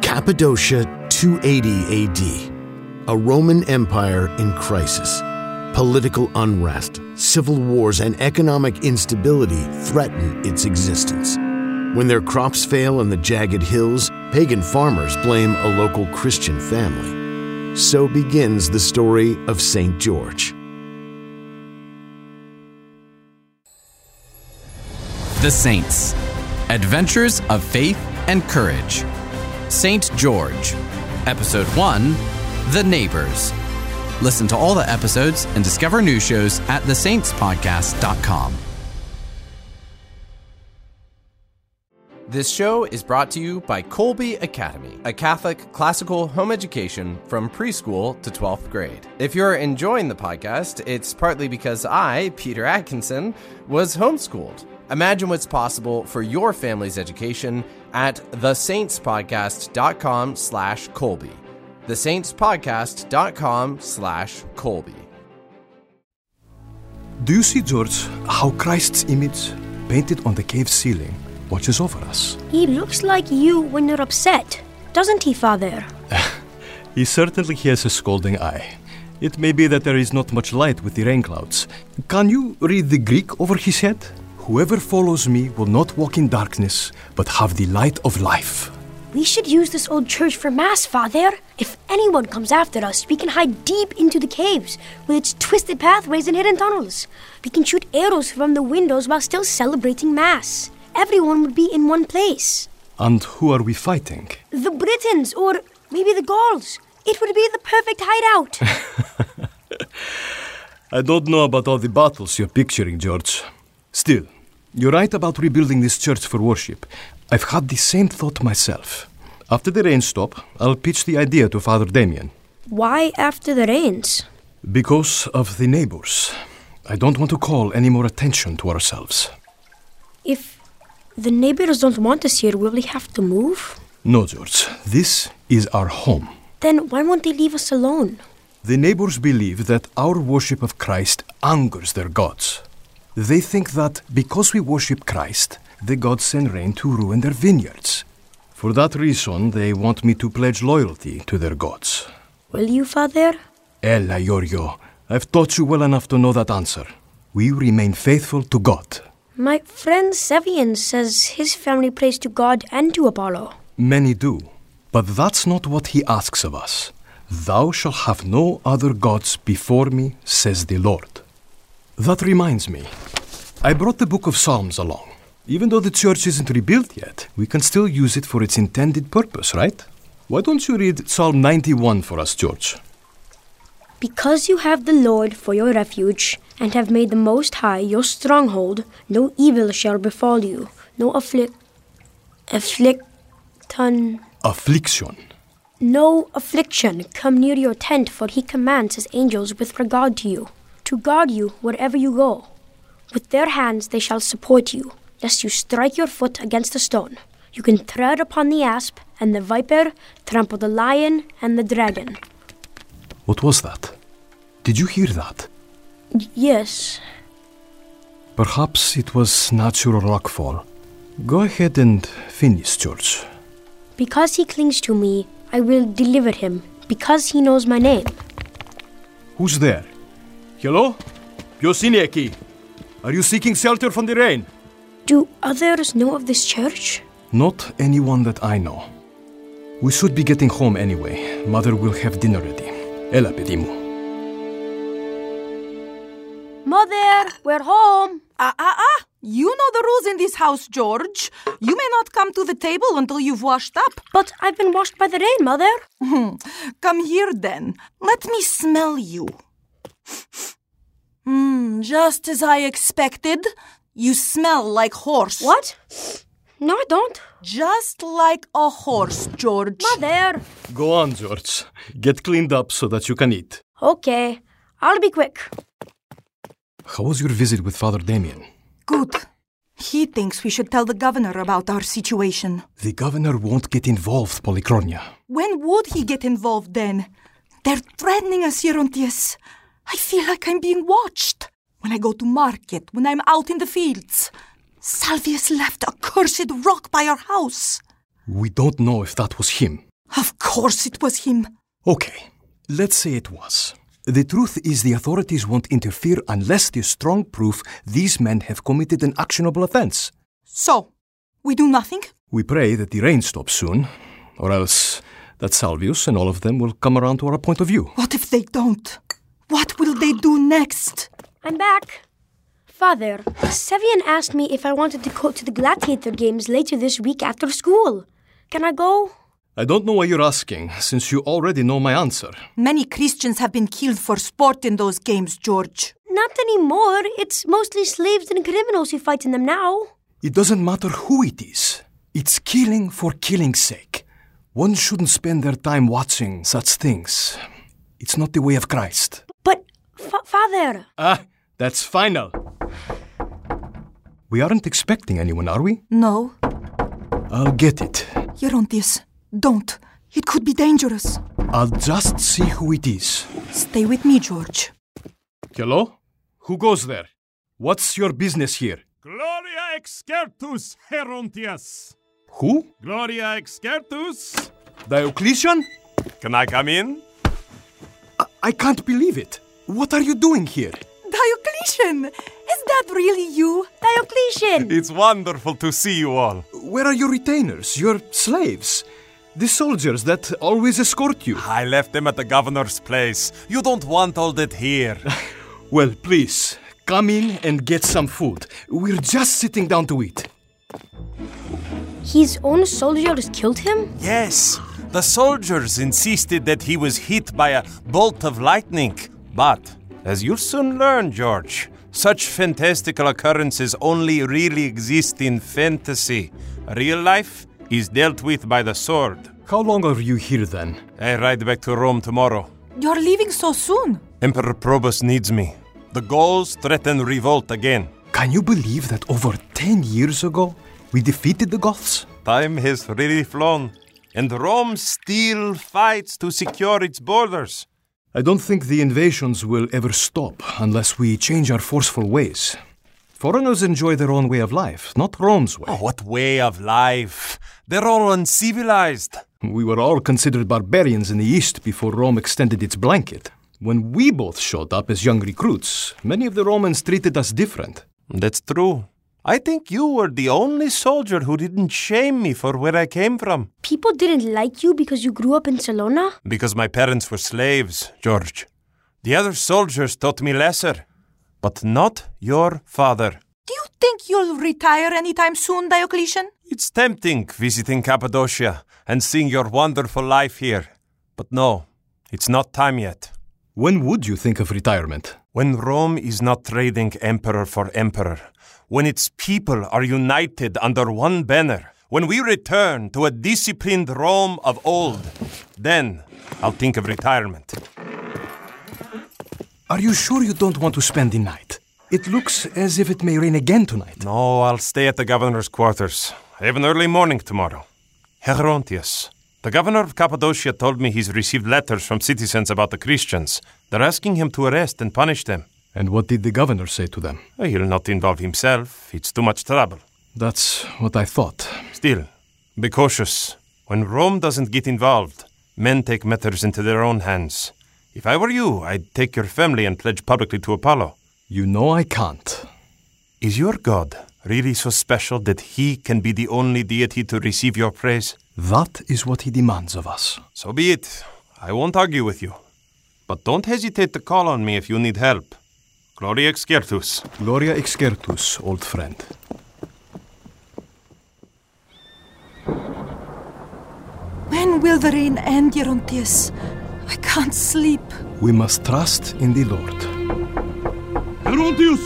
Cappadocia 280 AD. A Roman Empire in crisis. Political unrest, civil wars, and economic instability threaten its existence. When their crops fail in the jagged hills, pagan farmers blame a local Christian family. So begins the story of St. George. The Saints Adventures of Faith and Courage. St. George. Episode 1 The Neighbors. Listen to all the episodes and discover new shows at thesaintspodcast.com. This show is brought to you by Colby Academy, a Catholic classical home education from preschool to 12th grade. If you're enjoying the podcast, it's partly because I, Peter Atkinson, was homeschooled. Imagine what's possible for your family's education at thesaintspodcast.com slash Colby. thesaintspodcast.com slash Colby. Do you see, George, how Christ's image, painted on the cave ceiling, watches over us? He looks like you when you're upset, doesn't he, Father? He certainly has a scolding eye. It may be that there is not much light with the rain clouds. Can you read the Greek over his head? Whoever follows me will not walk in darkness, but have the light of life. We should use this old church for Mass, Father. If anyone comes after us, we can hide deep into the caves with its twisted pathways and hidden tunnels. We can shoot arrows from the windows while still celebrating Mass. Everyone would be in one place. And who are we fighting? The Britons, or maybe the Gauls. It would be the perfect hideout. I don't know about all the battles you're picturing, George. Still, you're right about rebuilding this church for worship. I've had the same thought myself. After the rain stop, I'll pitch the idea to Father Damien. Why after the rains? Because of the neighbors. I don't want to call any more attention to ourselves. If the neighbors don't want us here, will we have to move? No, George, this is our home. Then why won't they leave us alone? The neighbors believe that our worship of Christ angers their gods. They think that because we worship Christ, the gods send rain to ruin their vineyards. For that reason, they want me to pledge loyalty to their gods. Will you, Father? Ella Yorio, I've taught you well enough to know that answer. We remain faithful to God. My friend Sevian says his family prays to God and to Apollo. Many do. But that's not what he asks of us. Thou shalt have no other gods before me, says the Lord. That reminds me. I brought the book of Psalms along. Even though the church isn't rebuilt yet, we can still use it for its intended purpose, right? Why don't you read Psalm 91 for us, George? Because you have the Lord for your refuge, and have made the Most High your stronghold, no evil shall befall you, no afflict. afflicton. Affliction. No affliction come near your tent, for he commands his angels with regard to you, to guard you wherever you go. With their hands they shall support you, lest you strike your foot against a stone. You can tread upon the asp and the viper, trample the lion and the dragon. What was that? Did you hear that? Y- yes, Perhaps it was natural rockfall. Go ahead and finish, George. because he clings to me, I will deliver him, because he knows my name. Who's there? Hello? Yosineki. Are you seeking shelter from the rain? Do others know of this church? Not anyone that I know. We should be getting home anyway. Mother will have dinner ready. Ella pedimu. Mother, we're home. Ah, ah, ah! You know the rules in this house, George. You may not come to the table until you've washed up. But I've been washed by the rain, Mother. Come here then. Let me smell you. Hmm, just as I expected. You smell like horse. What? No, I don't. Just like a horse, George. Mother. Go on, George. Get cleaned up so that you can eat. Okay, I'll be quick. How was your visit with Father Damien? Good. He thinks we should tell the governor about our situation. The governor won't get involved, Polychronia. When would he get involved then? They're threatening us, Gerontius. I feel like I'm being watched. When I go to market, when I'm out in the fields. Salvius left a cursed rock by our house. We don't know if that was him. course it was him. Okay, let's say it was. The truth is, the authorities won't interfere unless there's strong proof these men have committed an actionable offense. So, we do nothing? We pray that the rain stops soon, or else that Salvius and all of them will come around to our point of view. What if they don't? What will they do next? I'm back. Father, Sevian asked me if I wanted to go to the gladiator games later this week after school. Can I go? I don't know why you're asking, since you already know my answer. Many Christians have been killed for sport in those games, George. Not anymore. It's mostly slaves and criminals who fight in them now. It doesn't matter who it is, it's killing for killing's sake. One shouldn't spend their time watching such things. It's not the way of Christ. But, fa- Father, Ah, that's final. We aren't expecting anyone, are we? No, I'll get it. Gerontius, don't. It could be dangerous. I'll just see who it is. Stay with me, George. Hello? Who goes there? What's your business here? Gloria excertus, Herontius. Who? Gloria excertus. Diocletian? Can I come in? I, I can't believe it. What are you doing here? Diocletian! Is that really you? Diocletian! It's wonderful to see you all. Where are your retainers, your slaves? The soldiers that always escort you? I left them at the governor's place. You don't want all that here. Well, please, come in and get some food. We're just sitting down to eat. His own soldiers killed him? yes, the soldiers insisted that he was hit by a bolt of lightning. But, as you'll soon learn, George, such fantastical occurrences only really exist in fantasy. Real life is dealt with by the sword. How long are you here then? I ride back to Rome tomorrow. You're leaving so soon. Emperor Probus needs me. The Gauls threaten revolt again. Can you believe that over 10 years ago, we defeated the Goths? Time has really flown, and Rome still fights to secure its borders. I don't think the invasions will ever stop unless we change our forceful ways. Foreigners enjoy their own way of life, not Rome's way. Oh, what way of life! They're all uncivilized. We were all considered barbarians in the East before Rome extended its blanket. When we both showed up as young recruits, many of the Romans treated us different. That's true. I think you were the only soldier who didn't shame me for where I came from. People didn't like you because you grew up in Salona? Because my parents were slaves, George. The other soldiers taught me lesser, but not your father. Do you think you'll retire anytime soon, Diocletian? It's tempting visiting Cappadocia and seeing your wonderful life here. But no, it's not time yet. When would you think of retirement? When Rome is not trading emperor for emperor, when its people are united under one banner, when we return to a disciplined Rome of old, then I'll think of retirement. Are you sure you don't want to spend the night? It looks as if it may rain again tonight. No, I'll stay at the governor's quarters. I have an early morning tomorrow. Herontius, the governor of Cappadocia told me he's received letters from citizens about the Christians. They're asking him to arrest and punish them. And what did the governor say to them? Oh, He'll not involve himself. It's too much trouble. That's what I thought. Still, be cautious. When Rome doesn't get involved, men take matters into their own hands. If I were you, I'd take your family and pledge publicly to Apollo. You know I can't. Is your God really so special that he can be the only deity to receive your praise? That is what he demands of us. So be it. I won't argue with you. But don't hesitate to call on me if you need help. Gloria excertus. Gloria excertus, old friend. When will the rain end, Gerontius? I can't sleep. We must trust in the Lord. Herontius,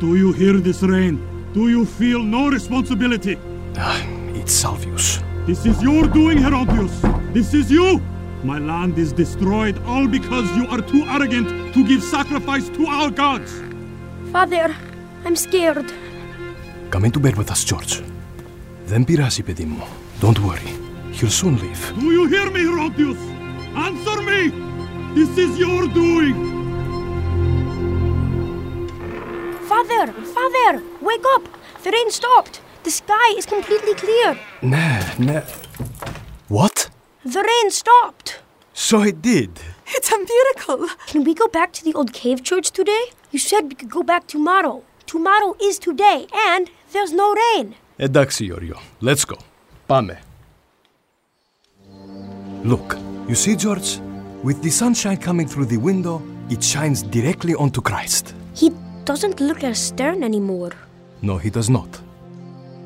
do you hear this rain? Do you feel no responsibility? Ah, it's Salvius. This is your doing, Herontius. This is you. My land is destroyed all because you are too arrogant to give sacrifice to our gods. Father, I'm scared. Come into bed with us, George. Then pirasi pedimo. Don't worry. He'll soon leave. Do you hear me, Herontius? Answer me. This is your doing. Father, Father, wake up! The rain stopped. The sky is completely clear. Nah, nah. What? The rain stopped. So it did. It's a miracle. Can we go back to the old cave church today? You said we could go back tomorrow. Tomorrow is today, and there's no rain. Εντάξει, Iorio. Let's go. Πάμε. Look, you see, George? With the sunshine coming through the window, it shines directly onto Christ. He doesn't look as stern anymore. No, he does not.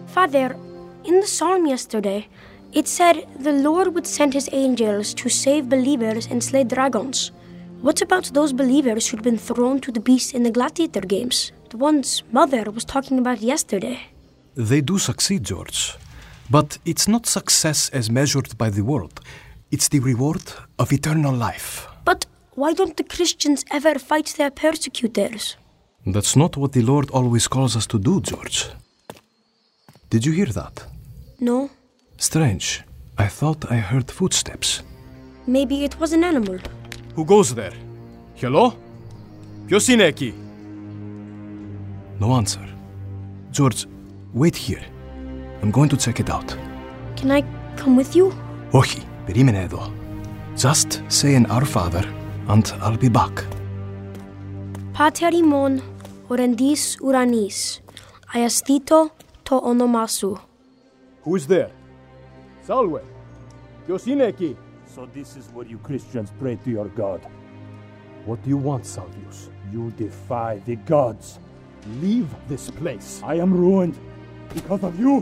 Father, in the psalm yesterday, it said the Lord would send his angels to save believers and slay dragons. What about those believers who'd been thrown to the beast in the gladiator games? The ones Mother was talking about yesterday. They do succeed, George. But it's not success as measured by the world, it's the reward of eternal life. But why don't the Christians ever fight their persecutors? That's not what the Lord always calls us to do, George. Did you hear that? No, Strange. I thought I heard footsteps. maybe it was an animal. Who goes there? Hello? Ποιος είναι εκεί? No answer. George, wait here. I'm going to check it out. Can I come with you? Όχι, περίμενε εδώ. Just say an Our Father and I'll be back. Pater imon, orendis uranis, aestito to onomasu. Who's there? Salve. Ποιος είναι εκεί? So this is what you Christians pray to your God. What do you want, Salvius? You defy the gods. Leave this place. I am ruined because of you.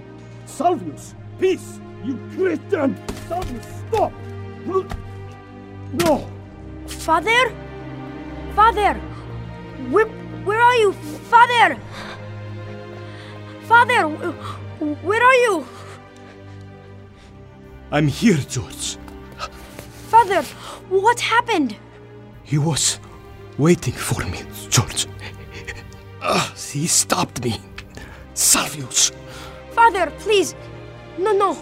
Salvius! Peace, you Christian! Salvius, stop! No! Father? Father! Where, where are you? Father! Father, wh- where are you? I'm here, George. Father, what happened? He was waiting for me, George. Ah, he stopped me. Salvius! Father, please. No, no.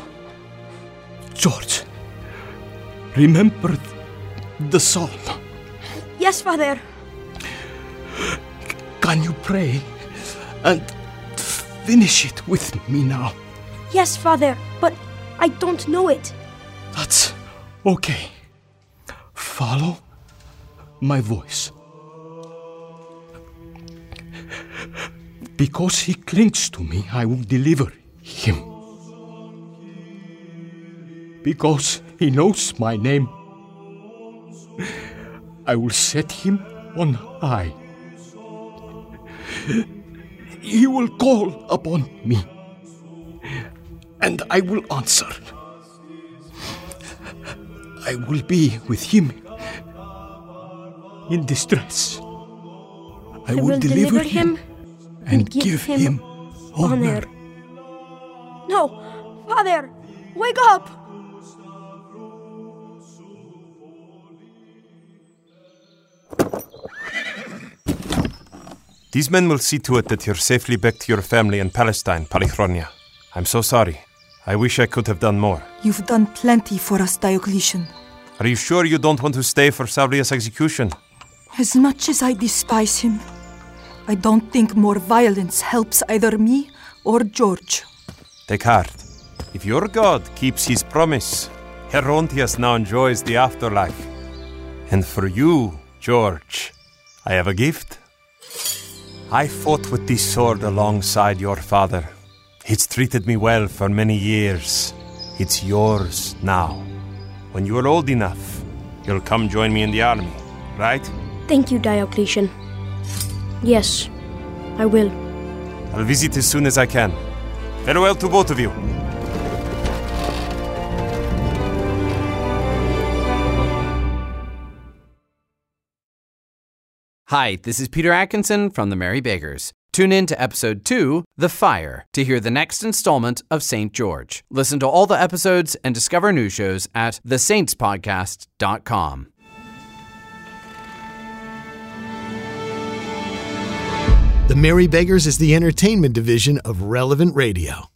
George, remember th- the psalm. Yes, Father. Can you pray and finish it with me now? Yes, Father. But I don't know it. That's okay. Follow my voice. Because he clings to me, I will deliver him. Because he knows my name, I will set him on high. He will call upon me, and I will answer. I will be with him in distress. I, will, deliver, him, and give, him, honor. honor. No, Father, wake up! These men will see to it that you're safely back to your family in Palestine, Polychronia. I'm so sorry. I wish I could have done more. You've done plenty for us, Diocletian. Are you sure you don't want to stay for Salvia's execution? As much as I despise him, I don't think more violence helps either me or George. Take heart. If your God keeps his promise, Herontius now enjoys the afterlife. And for you, George, I have a gift. I fought with this sword alongside your father. It's treated me well for many years. It's yours now. When you're old enough, you'll come join me in the army, right? Thank you, Diocletian. Yes, I will. I'll visit as soon as I can. Farewell to both of you. Hi, this is Peter Atkinson from the Merry Bakers. Tune in to episode 2, The Fire, to hear the next installment of St. George. Listen to all the episodes and discover new shows at thesaintspodcast.com. The Merry Beggars is the entertainment division of Relevant Radio.